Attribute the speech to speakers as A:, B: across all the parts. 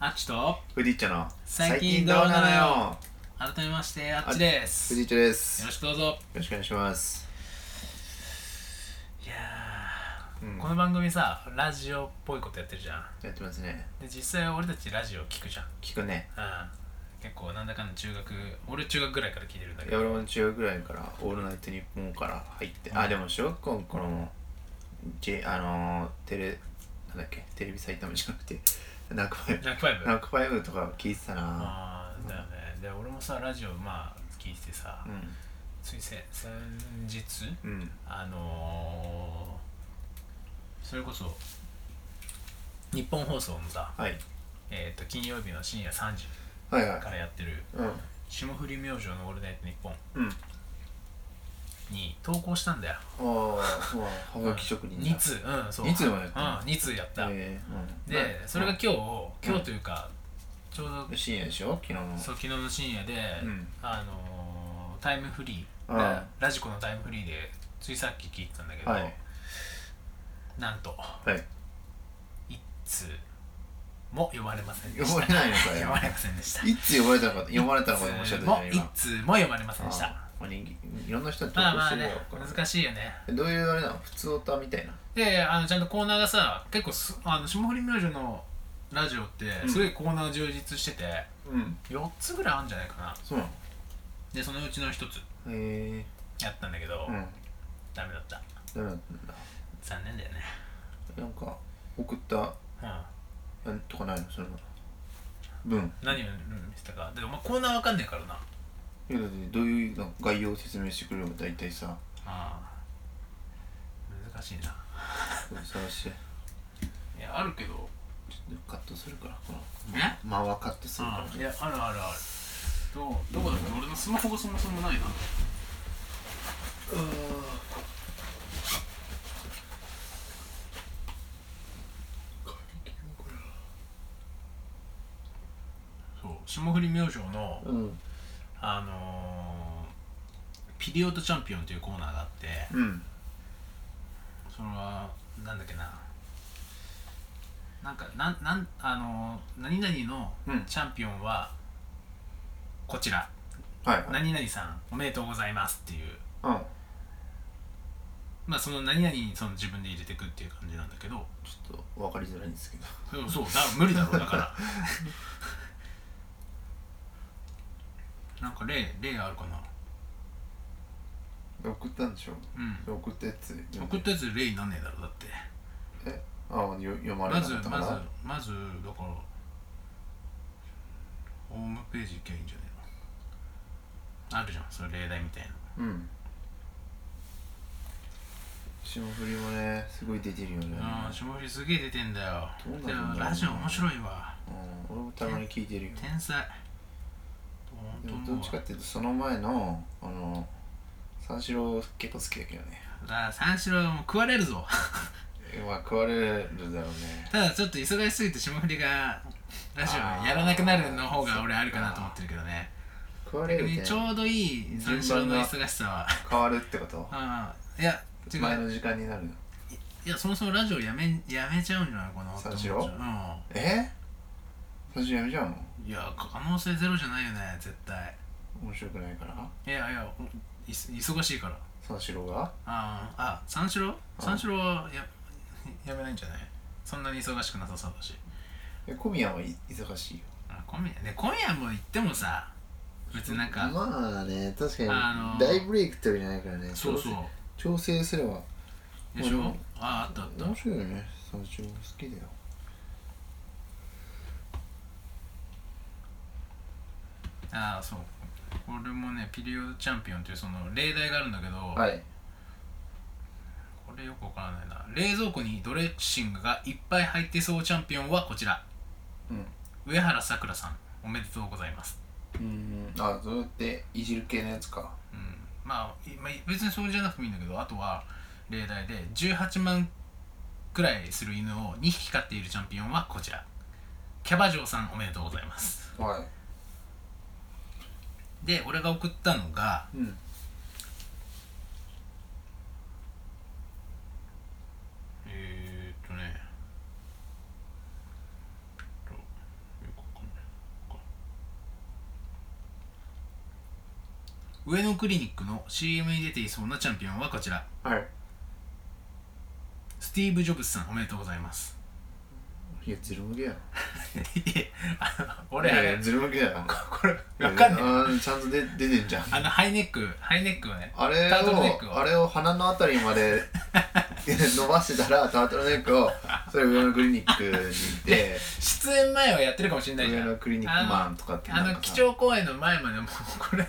A: あっちと
B: フジッチョの
A: 最近どうなのよ改めましてあっちです
B: フジ
A: よ
B: ッチョですよ
A: ろしくどうぞ
B: ろしくお願いします
A: いや
B: う
A: ー、
B: ん
A: この番組さラジオっぽいことやってるじゃん
B: やってますね
A: で実際俺たちラジオ聞くじゃん
B: 聞くね
A: うん結構なんだかんだ中学俺中学ぐらいから聞いてるんだけ
B: いや
A: ど
B: 俺も中学ぐらいから「オールナイトニッポン」から入って、あでも小学校の頃も、J、あのー、テレなんだっけテレビ埼玉じゃなくてナックファイ
A: ジャックファイ
B: ブ
A: ブ
B: ナックファイブとか聞いてたな
A: ああだよねで俺もさラジオまあ聞いててさ、
B: うん
A: つい先先日
B: うん
A: あのー、それこそ日本放送のさ、
B: はい
A: えー、と金曜日の深夜3時
B: はいはい
A: からやってる
B: うん
A: 霜降り明星の「オールナイトニッポン
B: うん」
A: に投稿したんだよ
B: あーうわはがき職人
A: 2通うんそう
B: 二通もやった
A: うん2通やった、
B: えーうん、
A: でそれが今日今日というか、ちょうど
B: うん深夜でしょ昨日の
A: そう昨日の深夜で、
B: うん
A: あのータイムフリー、
B: うん
A: ララジコのタイムフリーでついさっき聞いてたんだけど、
B: はい
A: なんと
B: はい
A: 一通も呼ばれませんでした
B: 呼ばれないのかよ
A: 呼ばれませんでした
B: いつ呼ばれたのか呼ばれたのか
A: 一
B: 面
A: 通
B: 白い
A: も
B: ね
A: 一
B: 今
A: 通も呼ばれませんでし
B: あ
A: た
B: ーまあ人気いろんな人に投稿
A: まあま
B: し
A: あ
B: てる
A: ね
B: から、
A: 難しいよね
B: どういうあれなの普通オタみたいな
A: であのちゃんとコーナーがさ結構すあの霜降り明星のラジオって
B: うん
A: すごいコーナー充実してて、
B: うん
A: 4つぐらいあるんじゃないかな
B: そうなの
A: でそのうちの1つ
B: へえ
A: やったんだけど、
B: うん
A: ダメだった
B: ダメだったんだ
A: 残念だよね
B: なんか送った
A: う
B: あとかないのその文
A: ん何を見せたかでもまあコーナーわかんないからな
B: えだってどういうの概要を説明してくれれば大体さ
A: ああ難しいな
B: 探して
A: いやあるけど
B: ちょっとカットするからこの
A: え
B: 間はカットするか
A: い
B: ら
A: やあるあるあるどうどこだっけ俺のスマホがそもそもないなそう霜降り明星の
B: うん
A: あのー、ピリオドチャンピオンというコーナーがあって
B: うん
A: それはなんだっけななんかなんなんあのー、何々の
B: うん
A: チャンピオンはこちら、
B: はいはい
A: 何々さんおめでとうございますっていう
B: うん
A: まあその何々にその自分で入れてくっていう感じなんだけど
B: ちょっと分かりづらいんですけど
A: そうそうだ無理だろうだから なんか例例あるかな
B: 送ったんでしょ
A: うん
B: 送ったやつ
A: 送ったやつ例になんねえだろだって
B: ああよ読まれ
A: ま
B: な
A: ず
B: か
A: ま
B: っ
A: ず
B: たから
A: まずだからホームページ行けばいいんじゃねえのあるじゃんその例題みたいな
B: うん霜降りもねすごい出てるよね
A: ああ霜降りすげえ出てんだよ
B: どうなんだ
A: で
B: ろうね
A: もラジオ面白いわ
B: うん俺もたまに聞いてるよ
A: 天才ほん
B: で
A: と
B: もどっ
A: も
B: ち
A: う
B: かっていうとその前のあの三四郎結構好きだけどね
A: あー三四郎もう食われるぞ
B: まあ食われるだろうね
A: ただちょっと忙しすぎて霜降りがラジオやらなくなるの方が俺あるかなと思ってるけどね
B: 食われるって
A: でちょうどいい三四郎の忙しさは
B: 変わるってこと
A: ああいや違
B: 前
A: う
B: の時間になるの
A: いやそもそもラジオやめやめちゃうんじゃないかなって思っちゃう
B: 三四え三四郎やめちゃうの
A: うんいや可能性ゼロじゃないよね絶対
B: 面白くないから
A: いやいやおいす忙しいから
B: 三四郎が
A: あーあ三四郎三四郎はややめないんじゃないそんなに忙しくなさそうだし
B: え小宮はい忙しいよ
A: あ今夜ね今夜も行ってもさ別になんか、
B: まあね確かに
A: あの
B: 大ブレイクってわけじゃないからね
A: そうそう
B: 調整すれば
A: でし
B: 俺
A: ょ
B: も
A: ああったあった
B: 面白いよね三四郎好きだよ
A: ああそう俺もねピリオドチャンピオンっていうその例題があるんだけど、
B: はい
A: これよくわからないな冷蔵庫にドレッシングがいっぱい入ってそうチャンピオンはこちら
B: うん
A: 上原さくらさんおめでとうございます、
B: うんあそうやっていじる系のやつか
A: うんまあ、いまあ別にそうじゃなくてもいいんだけどあとは例題で18万くらいする犬を2匹飼っているチャンピオンはこちらキャバ嬢さんおめでとうございます
B: は
A: で俺が送ったのが
B: いうん
A: えー、っとねえっとよ上野クリニックの CM に出ていそうなチャンピオンはこちら
B: はい
A: スティーブ・ジョブズさんおめでとうございます
B: いやずる向けや
A: いえあの
B: いやい
A: 俺
B: やずる向けやな
A: これわかんない
B: いちゃんと出出てんじゃん
A: あのハイネックハイネックをね
B: あれ
A: タートルネック
B: を
A: を
B: あれを鼻のあたりまで 伸ばしてたらタートルネックをそれ上のクリニックに行って
A: 出演前はやってるかもしれないじ
B: 上
A: ゃん
B: のクリニックマンとかって
A: あ
B: なん
A: の
B: か
A: 基
B: さ
A: 調公演の前までもうこれ
B: い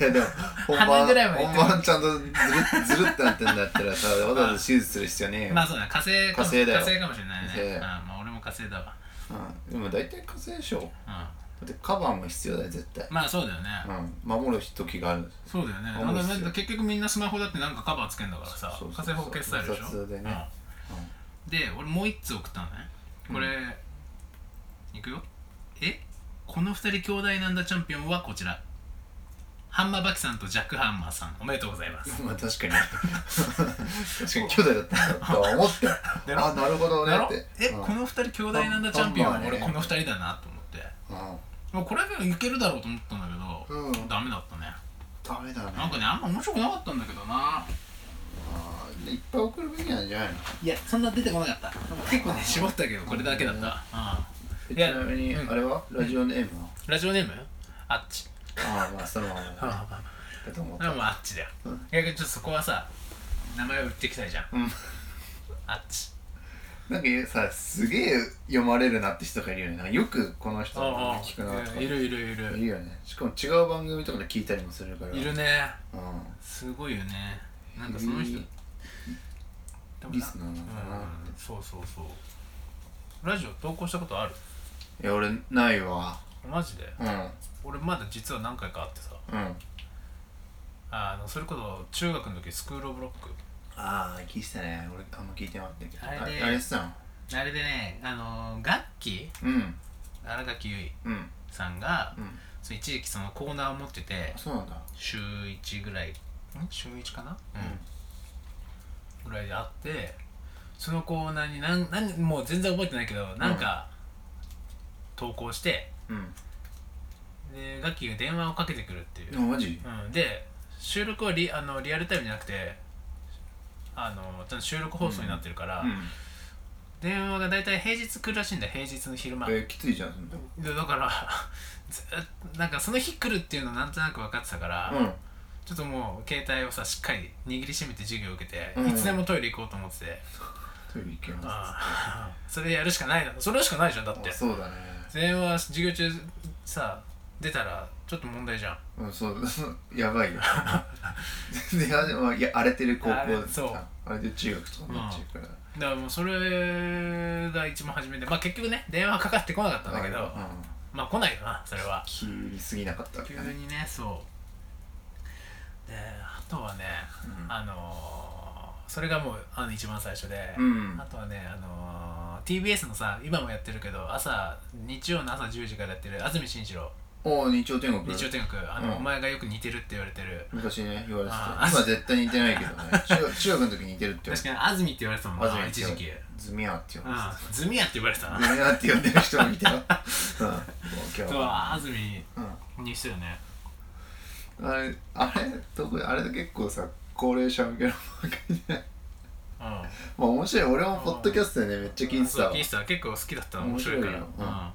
B: やでも本
A: 鼻
B: 番
A: ぐらいまで行っ
B: 本
A: てる
B: 番ちゃんとずるずるってなってんだったらさわざわざ手術する必要ねえよ、
A: まあそうだ火星かも
B: 火星だよ
A: 火星かもしれない
B: 火星
A: ねあまあ俺も火星だわ
B: うん、でも大体火星でしょだ
A: う
B: ってカバーも必要だよ絶対
A: ん、まあそうだよね、
B: うん、守る時がある
A: そうだよね
B: 思
A: な
B: うんっ
A: か
B: すよ
A: だって結局みんなスマホだってなんかカバーつけんだからさ
B: そうそ
A: 火星
B: うそう
A: 法決済でしょ
B: 雑でね
A: うんで俺もう一つ送ったのねこれ、いくよえこの二人兄弟なんだチャンピオンはこちらハンマーバキさんとジャックハンマーさんおめでとうございます
B: まあ確かに確かに兄弟だったんだとは思って
A: だろ
B: あなるほどね
A: だろ
B: って
A: え、
B: うん
A: この二人兄弟なんだチャンピオン
B: ハ
A: は
B: ンマー
A: 俺
B: ね
A: この二人だなと思ってもうこれでいけるだろうと思ったんだけど、
B: うん、うん、
A: ダメだったね
B: ダメだね
A: なんかねあんま面白くなかったんだけどな
B: あーいっぱい送るべきなんじゃないの
A: いやそんな出てこなかった結構ね絞ったけどこれだけだった、うん
B: え
A: いや
B: ちなみに、
A: うん
B: あれはラジオネームは、
A: ラジオネームあっち
B: ああまあそのままだ
A: あ
B: と思った
A: ああっちだよ
B: うん
A: 逆にちょっとそこはさ名前を売ってきたいじゃん
B: うん
A: あっち
B: なんか言うさすげえ読まれるなって人がいるよねなんかよくこの人の名前聞くなとか
A: いるいるい
B: い
A: る
B: るよねしかも違う番組とかで聞いたりもするから
A: いるね
B: うん
A: すごいよねなんかその人
B: いい
A: 多
B: リスナーなのかな
A: うんそうそうそうラジオ投稿したことある
B: いや俺ないわ
A: マジで
B: うんうん
A: 俺まだ実は何回かあってさ
B: あ
A: あのそれこそ中学の時スクール・オブ・ロック
B: あ聞いてたね俺あんま聞いてなかったけど
A: あれね
B: あれさん
A: あれでね、あのー、楽器
B: うん
A: 新垣結
B: うん
A: 衣さんが、
B: うん
A: そう一時期そのコーナーを持ってて
B: そうなんだ
A: 週1ぐらいん週1かな、うん、ぐらいであってそのコーナーになんなんもう全然覚えてないけどなんか投稿して、
B: うんうん
A: で楽器が電話をかけてくるっていう
B: あ、マジ
A: うん、で収録はリあのリアルタイムじゃなくてあのちゃんと収録放送になってるから、
B: うん
A: 電話が大体平日来るらしいんだよ平日の昼間
B: えーきついじゃんそんな
A: でだから ずっなんかその日来るっていうのなんとなく分かってたから、
B: うん
A: ちょっともう携帯をさしっかり握りしめて授業を受けて、
B: うん
A: いつでもトイレ行こうと思ってて、
B: トイレ行けます
A: ああそれやるしかないなそれしかないじゃんだって
B: あそうだね
A: 電話授業中さ出たらちょっと問題じゃん
B: うんそう やばいよ 全然あれはいや荒れてる高校
A: あれそう
B: あれで中学とかになっちゃうから
A: だからもうそれが一番初めでまあ結局ね電話かかってこなかったんだけど、
B: うん
A: まあ来ないよなそれは
B: 急に過ぎなかったわけ
A: 急
B: だね
A: にねそうであとはね、
B: うん
A: あのーそれがもうあの一番最初で、
B: うん
A: あとはね、あのー TBS のさ今もやってるけど朝日曜の朝10時からやってる安住紳一郎
B: おー日曜天国
A: 日曜天国あの、
B: うん
A: お前がよく似てるって言われてる
B: 昔ね言われて
A: あー
B: た今絶対似てないけど ね中学中学の時似てるって言われ
A: 確
B: て
A: かに安住って言われてたもんな
B: 安
A: 一
B: 住
A: 時
B: って
A: 期
B: 言わズミアって呼んで
A: あ
B: た
A: あズミヤって言われてたな
B: ズミアって呼んでる人もいたよ うんもう今日
A: そう
B: は
A: 安住にしてよね
B: うんあれあれ特にあれで結構さ高齢者向けの番組
A: う
B: で
A: ん
B: まあ面白い俺もポッドキャストでねめっちゃ聞いてた
A: そう
B: わ
A: 聞いてた結構好きだったの面白いから
B: 面白いよ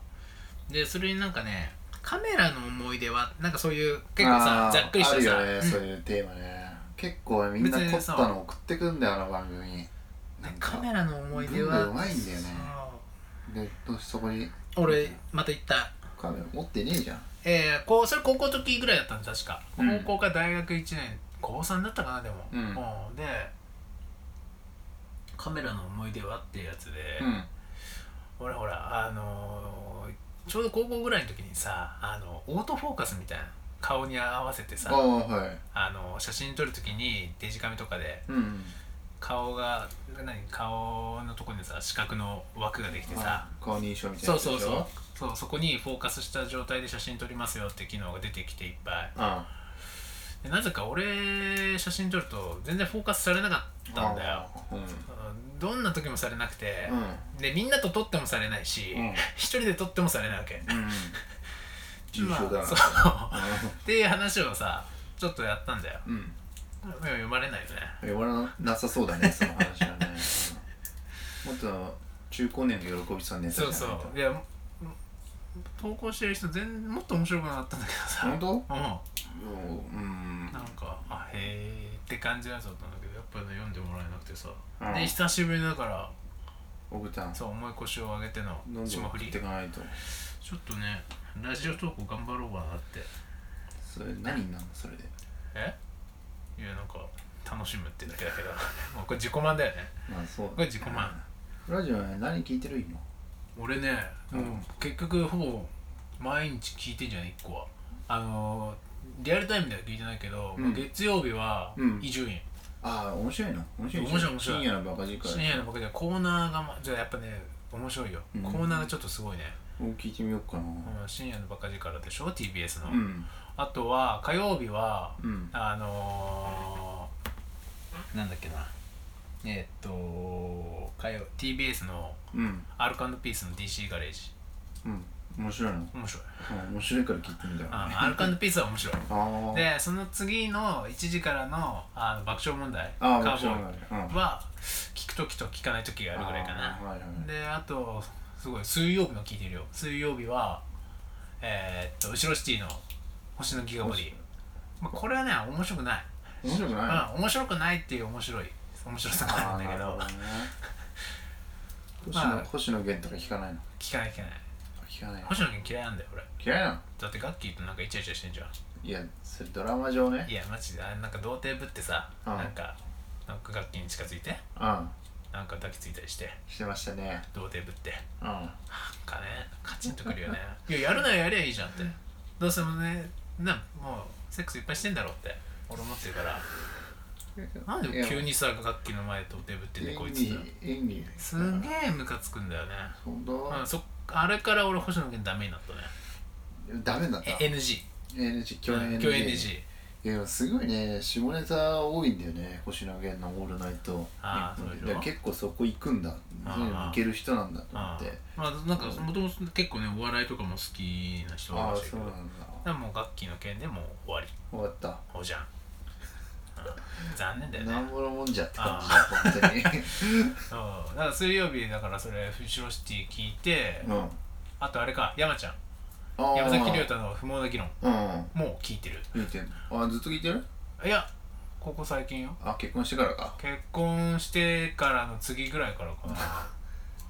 A: うんでそれになんかねカメラの思い出はなんかそういう結構さ
B: あー
A: ざっくりしたさ
B: あるよね、そういうテーマね結構みんな凝ったの送ってくんだよあの番組なんか
A: カメラの思い出
B: 文
A: は
B: 具うまいんだよねでどうしそこに
A: そう俺また行った
B: カメラ持ってねえじゃん
A: えー、こうそれ高校の時ぐらいだったん確か、
B: うん
A: 高校か大学1年高3だったかなでも、
B: うん
A: うでカメラの思い出はってやつで、
B: うん
A: 俺ほらあのーちょうど高校ぐらいの時にさあのオートフォーカスみたいな顔に合わせてさ
B: ああはい
A: あの写真撮るときにデジカメとかで
B: うん
A: 顔が何顔のとこにさ四角の枠ができてさ
B: 顔認証みたいな
A: そ
B: や
A: う
B: つでし
A: そ
B: ょ
A: うそうそうそこにフォーカスした状態で写真撮りますよって機能が出てきていっぱい
B: あ
A: でなぜか俺写真撮ると全然フォーカスされなかっ
B: あ
A: たんだよ
B: うん
A: うんどんな時もされなくて、
B: うん
A: でみんなと撮ってもされないし、
B: うん
A: 一人で撮 ってもされないわけ
B: うん重症だ
A: まあ
B: な
A: そうっていう話をさちょっとやったんだよ
B: うん
A: でも読まれないよね
B: 終わらなさそうだねその話はね、うんもっと中高年の喜びさんネタじゃ
A: そ
B: な
A: う
B: いと
A: そういやも投稿してる人全もっと面白くなかったんだけどさ
B: 本当
A: う
B: うんうん
A: んなんかあへえって感じのやつだったんだけどやっぱりね読んでもらえなくてさ、
B: うん
A: で久しぶりだから
B: 小倉さん
A: そう重い腰を上げての
B: どんどん
A: 霜
B: 送
A: 降
B: っ
A: り
B: ていかないと
A: ちょっとねラジオ投稿頑張ろうかなって
B: それ何になるのそれで
A: えいやなんか楽しむってだけだけど もうこれ自己満だよね
B: まあそう
A: これ自己満
B: ラジオは何聞いてる今
A: 俺ね、
B: うん
A: もう結局ほぼ毎日聞いてんじゃない1個はあのーリアルタイムでは聞いてないけど、
B: うん
A: 月曜日は
B: うん
A: 伊集院
B: ああ面白いな面白い
A: 面白い面白い
B: 深夜のバカ力
A: 深夜の僕でコーナーが、ま、じゃあやっぱね面白いよ、
B: うん
A: コーナーがちょっとすごいね、
B: を聞いてみようかな
A: うん深夜のバカ力でしょ TBS の、
B: うん
A: あとは火曜日は
B: うん
A: あのー、なんだっけなえー、っと火曜 TBS の
B: うん
A: アルカンドピースの DC ガレージ
B: うん面白いな
A: 面白い
B: うん面白いから聞いてみたよね
A: あーアルカンドピースは面白い
B: あー
A: でその次の1時からのあの爆笑問題
B: あー
A: カ
B: 面
A: ーボ
B: 白い
A: ー
B: うん
A: イは聞く時と聞かない時があるぐらいかな
B: あーはいはい
A: であとすごい水曜日も聞いてるよ水曜日はえー、っと後ろシティの星のギガボディ、まあ、これはね面白くない、
B: 面白くないあ
A: うん面白くないっていう面白い面白さがあ
B: あ
A: るんだけ
B: なるほ
A: ど
B: どね星
A: ま
B: 野
A: あ
B: 星野源とか聞かないの
A: 聞かない聞かない
B: 聞かないの
A: 星野源嫌いなんだよ俺
B: 嫌いなの
A: だってガッキーとなんかイチャイチャしてんじゃん
B: いやそれドラマ上ね
A: いやマジであれなんか童貞ぶってさ、
B: うん
A: なんかなんかガッキーに近づいて
B: うん
A: なんか抱きついたりして
B: してましたね
A: 童貞ぶってな
B: うん
A: んかねカチンとくるよね いややるならやりゃいいじゃんってどうせもねなもうセックスいっぱいしてんだろうって俺思ってるからなんで急にさ楽器の前で童貞ぶってん
B: 演
A: ね
B: 技
A: こいつさ
B: 演技
A: すげえムカつくんだよね
B: 本当
A: うんそっあれから俺星野源ダメになったね
B: ダメだった
A: え NG
B: NG 共演 NG
A: 共演 NG
B: いやすごいね下ネタ多いんだよね星野源の「オールナイトニ
A: あ
B: ッ
A: ー
B: ポンで」
A: そうでしょ
B: だから結構そこ行くんだ
A: あー
B: そういうの行ける人なんだと思
A: あ
B: って
A: まあなんかもともと結構ねお笑いとかも好きな人が
B: あ
A: い
B: あー
A: らしいけ
B: そう
A: ど
B: な
A: だか
B: んだ
A: らもう楽器の件でもう終わり
B: 終わった
A: おじゃん、うん残念だよね
B: なんぼのもんじゃって感じだ本当に
A: そうだから水曜日だからそれフシロシティ聞いて、
B: うんあ
A: あとあれか山ちゃん
B: あ
A: 山崎亮太の不毛な議論
B: うん
A: もう聞いてる
B: 見てんのあずっと聞いてる
A: いやここ最近よ
B: あ結婚してからか
A: 結婚してからの次ぐらいからかな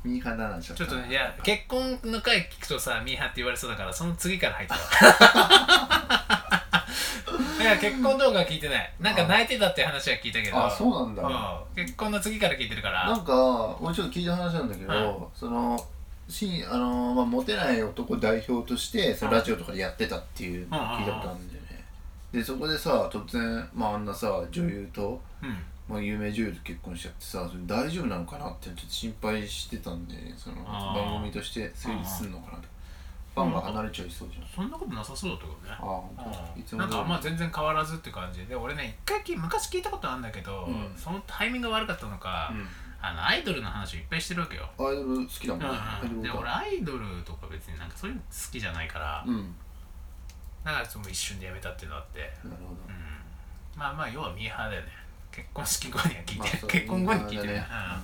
B: ミーハーだなちょっ
A: ちょ
B: と
A: っとねいや結婚の回聞くとさミーハーって言われそうだからその次から入った わいや結婚動画は聞いてないなんか泣いてたって話は聞いたけど
B: あそうなんだ
A: うん結婚の次から聞いてるか
B: な
A: ら
B: んか俺ちょっと聞いた話なんだけど、
A: はい
B: そのしあの、まあ、モテない男代表としてそのラジオとかでやってたっていうのを聞いたことあるんだよね、でそこでさ突然、まあ、あんなさ女優と、
A: うん
B: まあ、有名女優と結婚しちゃってさそれ大丈夫なのかなってちょっと心配してたんで、ね、その
A: あー
B: 番組として成立するのかなとフ
A: あー
B: ァンが離れちゃいそうじゃん、
A: そんなことなさそうだったけどね
B: ああ本当いつ
A: うんな
B: も
A: ん
B: 通り
A: かまあ全然変わらずって感じで俺ね一回き昔聞いたことあるんだけど、
B: うん
A: そのタイミングが悪かったのか、
B: う
A: あのアイドルの話をいっぱいしてるわけよ、
B: ん、アイドル好きだもんね、アイドル
A: で
B: 歌
A: 俺アイドルとか別になんかそういうの好きじゃないから、
B: うん
A: だからその一瞬でやめたっていうのあって、
B: なるほど
A: うん、まあまあ要はミーハーだよね結婚式後には聞いてる、
B: まあそう
A: 結婚後に聞いてる、
B: ミーハ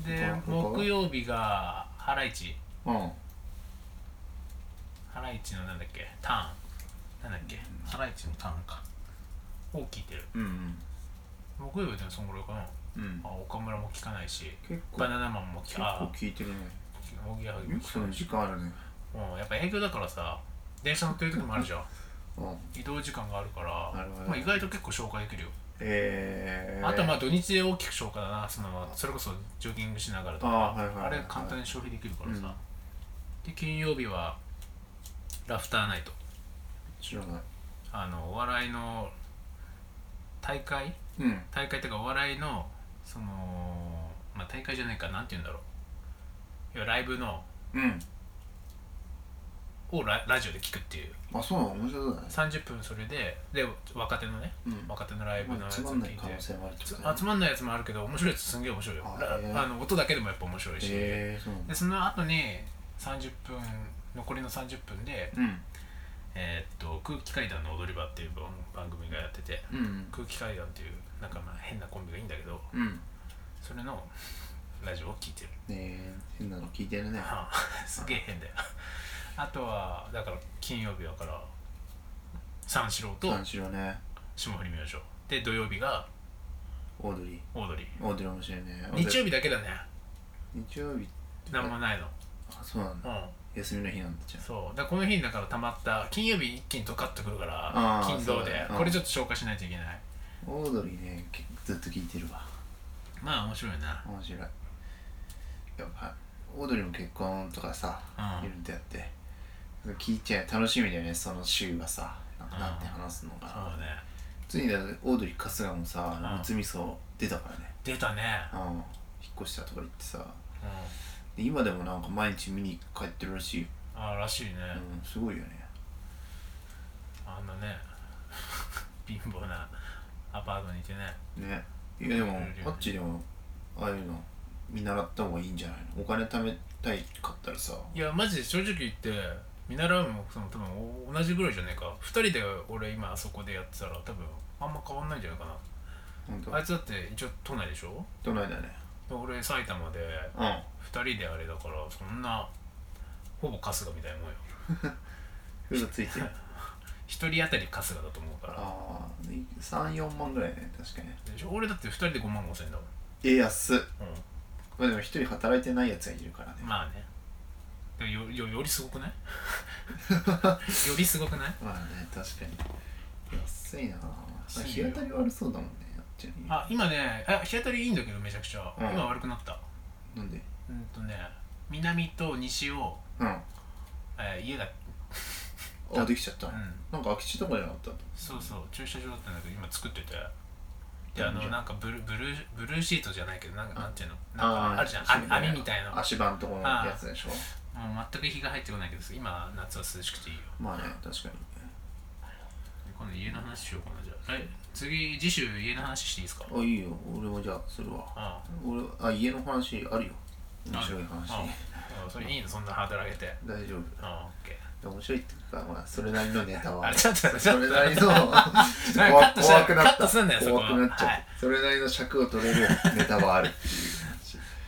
A: うん
B: だね
A: で
B: うん
A: 木曜日がハライチ
B: うん
A: ハライチのなんだっけターンなんだっけハライチのターンかを聞いてる
B: うん
A: 木曜日でもそんぐらいかな
B: うんうん
A: あ岡村も聞かないし
B: 結構
A: バナナマンも聞
B: 結
A: か
B: 構
A: あ
B: 聞いてるね
A: おぎやはぎ
B: よ
A: も
B: く
A: 聞
B: そ
A: かな
B: の
A: いし
B: 時間あるね
A: もうやっぱ営業だからさ電車乗ってる時もあるじゃん
B: うん
A: 移動時間があるから
B: なるほど
A: まあ、意外と結構消化できるよ、
B: えー、
A: あとはまあ土日で大きく消化だなそのそれこそジョギングしながらとか
B: あーはいはいはいはい
A: あれ簡単に消費できるからさ、で金曜日はラフターナイト
B: 知らない
A: あのお笑いの大会
B: うん
A: 大会とかお笑いのそのまあ大会じゃないかなんて言うんだろう要はライブの
B: うん
A: をララジオで聞くっていう
B: あそうなの面白そうだね
A: 30分それでで若手のね、
B: うん
A: 若手のライブの
B: ま
A: や
B: あ
A: つ
B: つ
A: を
B: ま
A: 聞
B: ん
A: い
B: ない
A: て
B: 可能性もあるって
A: つ
B: こと
A: あつまんないやつもあるけど面白いやつすんげえ面白いよ
B: あ
A: ラ
B: へえ
A: あの音だけでもやっぱ面白いし、
B: えー、そうなん
A: で
B: だ
A: その後に30分残りの30分で
B: うん
A: えーっと空気階段の踊り場っていう番番組がやってて
B: うん
A: 空気階段っていうなんかまあ変なコンビがいいんだけど
B: うん
A: それのラジオを聞いてる
B: ねえ変なの聞いてるね
A: あ あすげえ変だよあとはだから金曜日だから三四郎と
B: 三四郎ね
A: 霜降り明星で土曜日が
B: オードリ
A: オードリ
B: ーオードリー面白いね
A: ー日曜
B: 日
A: 日だけだね
B: 日曜日
A: 何もないの
B: あそうなんだ
A: うん
B: 休みの日なんだじゃん
A: そうだからこの日にだからたまった金曜日一気にとかってくるから
B: あー
A: 金
B: そ
A: 土
B: うだ
A: で
B: ねうん
A: これちょっと消化しないといけない
B: オードリーね結構ずっと聞いてるわ
A: まあ面白いな
B: 面白いやっぱオードリーも結婚とかさ
A: うん
B: いろいろやって聞いちゃう楽しみだよねその週がさな
A: う
B: ん
A: ん
B: かなんて話すのかな
A: そうね
B: ついにだってオードリー春日もさ
A: うん
B: 夏味噌出たからね
A: 出たね
B: うん引っ越したとか言ってさ
A: うん
B: で今でもなんか毎日見に帰ってるらしいよ
A: ああらしいね
B: うんすごいよね
A: あんなね 貧乏なアパートにいてね
B: ねいやでも
A: うん
B: あっちでもああいうの見習った方がいいんじゃないのお金貯めたいかったらさ
A: いやマジで正直言って見習うもその多分お同じぐらいじゃねえか2人で俺今あそこでやってたら多分あんま変わんないんじゃないか
B: 本当
A: なあいつだって一応都内でしょ
B: どないだね
A: で俺埼玉で
B: うん
A: 2人であれだからそんなほぼ春日みたいなもんよ
B: 風呂ついてる
A: 1人当たり春日だと思うから
B: ああ34万ぐらいね確かに
A: でしょ俺だって2人で5万5千円だも
B: え安っ
A: ん、
B: まあでも一人働いてないやつがいるからね
A: うん、まあねでもよよよりすごくない よりすごくない
B: まあね確かに安いな
A: 安い
B: 日
A: よ
B: 当たり悪そうだもんねあっちに
A: あ今ねあ日当たりいいんだけどめちゃくちゃ、
B: うん
A: 今悪くなった
B: なんで
A: うんとね南と西を、
B: うん
A: えー家が
B: あできちゃった、
A: うん
B: なんか空き地とかじゃなかった
A: そうそう駐車場だったんだけど今作っててであの
B: いいじゃん
A: なんかブルブルーブルーシートじゃないけどなんか
B: あ
A: なんていうのなんかあるじゃん
B: 足場
A: 網網みたいなもう
B: 足場のとこのやつでしょ
A: 全く日が入ってこないけど今夏は涼しくていいよ
B: まあね確かに
A: 今度家の話しようかなじゃあえ次次週家の話していいですか
B: あいいよ俺もじゃあするわ
A: あ
B: 俺あ家の話あるよ面白い話
A: ああそれいいのそんなハードル上げて
B: 大丈
A: あオッケー
B: 夫面白いっていうかまあそれなりのネタ
A: あ
B: は
A: れちょっと待ってちょ
B: そ
A: っと
B: れ
A: 待っ
B: なり
A: て
B: の
A: なんかカットし
B: 怖
A: なカ
B: くなっ
A: ッ
B: た
A: トすんなよそこは
B: 怖くなっちゃう、
A: はい
B: それなりの尺を取れるネタは ある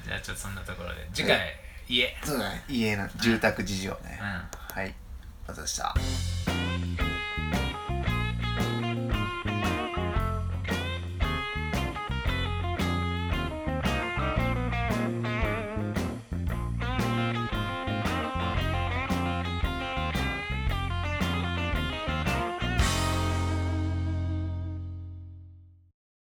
A: じゃあちょっとそんなところで次回家
B: そうだね家の住宅事情ね、
A: うん
B: はいありがとうございました